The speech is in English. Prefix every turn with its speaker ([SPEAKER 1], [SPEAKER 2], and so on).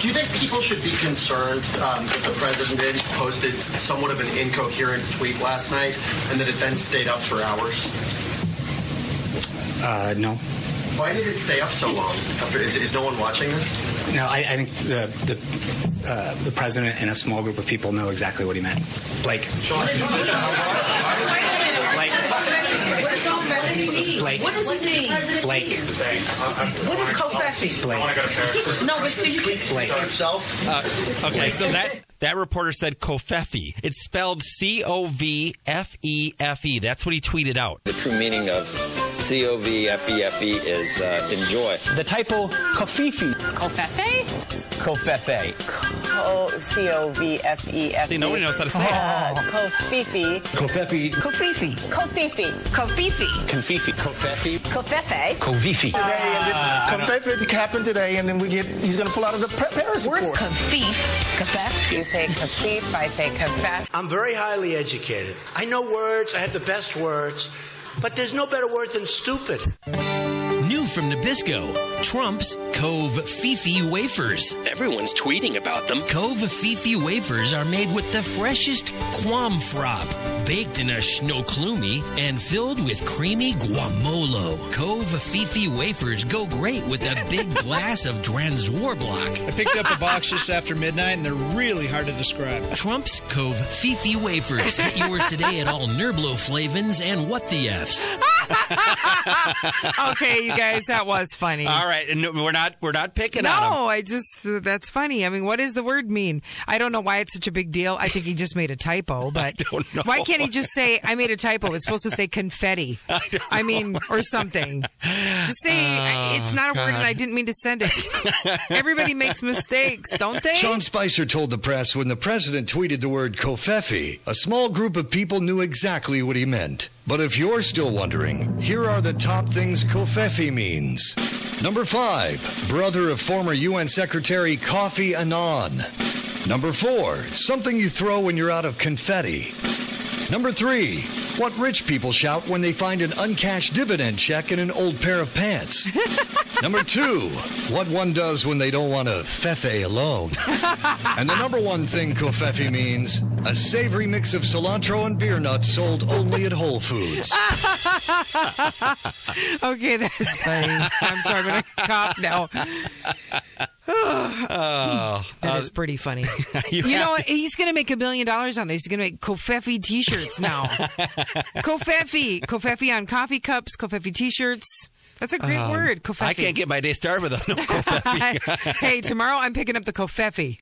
[SPEAKER 1] Do you think people should be concerned um, that the president posted somewhat of an incoherent tweet last night and that it then stayed up for hours?
[SPEAKER 2] Uh, no.
[SPEAKER 1] Why did it stay up so long? After, is, is no one watching this?
[SPEAKER 2] No, I, I think the the, uh, the president and a small group of people know exactly what he meant. Blake, Blake,
[SPEAKER 3] What does cofetti mean?
[SPEAKER 2] Blake,
[SPEAKER 3] What does it mean?
[SPEAKER 2] Blake,
[SPEAKER 3] What is cofetti?
[SPEAKER 2] Blake,
[SPEAKER 3] No, but see, you can.
[SPEAKER 2] Blake.
[SPEAKER 1] Itself?
[SPEAKER 4] Okay, so that that reporter said Kofefe. It's spelled C O V F E F E. That's what he tweeted out.
[SPEAKER 5] The true meaning of C O V F E F E is uh, enjoy.
[SPEAKER 6] The typo Kofifi.
[SPEAKER 7] Covfefe?
[SPEAKER 6] Kofefe.
[SPEAKER 7] O C O V F E Oh. F.
[SPEAKER 4] See, nobody knows how to say it.
[SPEAKER 7] Covfefe.
[SPEAKER 6] Kofefi.
[SPEAKER 7] Covfefe. Covfefe. Covfefe.
[SPEAKER 6] Confifi. Kofefi.
[SPEAKER 7] Covfefe.
[SPEAKER 6] Kovifi.
[SPEAKER 8] Confetti happened today, and then we get he's going to pull out of the pre- Paris
[SPEAKER 7] Worst
[SPEAKER 8] Accord.
[SPEAKER 7] covfefe. Covfefe. You say covfefe, I say covfefe.
[SPEAKER 9] I'm very highly educated. I know words, I have the best words, but there's no better word than stupid.
[SPEAKER 10] New from Nabisco, Trump's Cove Fifi wafers.
[SPEAKER 11] Everyone's tweeting about them.
[SPEAKER 10] Cove Fifi wafers are made with the freshest quamfrop, baked in a schnoklumi and filled with creamy guamolo. Cove Fifi wafers go great with a big glass of Dranzwarblock.
[SPEAKER 12] I picked up a box just after midnight, and they're really hard to describe.
[SPEAKER 10] Trump's Cove Fifi wafers. Get yours today at all Nurblo flavins and what the F's.
[SPEAKER 3] Okay, you guys, that was funny.
[SPEAKER 4] All right, and no, we're not we're not picking on him.
[SPEAKER 3] No, I just that's funny. I mean, what does the word mean? I don't know why it's such a big deal. I think he just made a typo, but
[SPEAKER 4] don't know.
[SPEAKER 3] why can't he just say I made a typo? It's supposed to say confetti. I, mean, or something. Just say I-
[SPEAKER 4] Oh,
[SPEAKER 3] it's not a word and I didn't mean to send it. Everybody makes mistakes, don't they?
[SPEAKER 13] Sean Spicer told the press when the president tweeted the word kofefi, a small group of people knew exactly what he meant. But if you're still wondering, here are the top things kofefi means. Number five, brother of former UN Secretary Kofi Annan. Number four, something you throw when you're out of confetti. Number three, what rich people shout when they find an uncashed dividend check in an old pair of pants. number two, what one does when they don't want to fefe alone. and the number one thing kofefe means a savory mix of cilantro and beer nuts sold only at Whole Foods.
[SPEAKER 3] Okay, that's funny. I'm sorry, I'm gonna cough now. That is pretty funny. Uh, you know, what? he's going to make a million dollars on this. He's going to make Kofefi t-shirts now. Kofefi, Kofefi on coffee cups, Kofefi t-shirts. That's a great word, Um, Kofefi.
[SPEAKER 4] I can't get my day started without no Kofefe.
[SPEAKER 3] hey, tomorrow I'm picking up the Kofefi.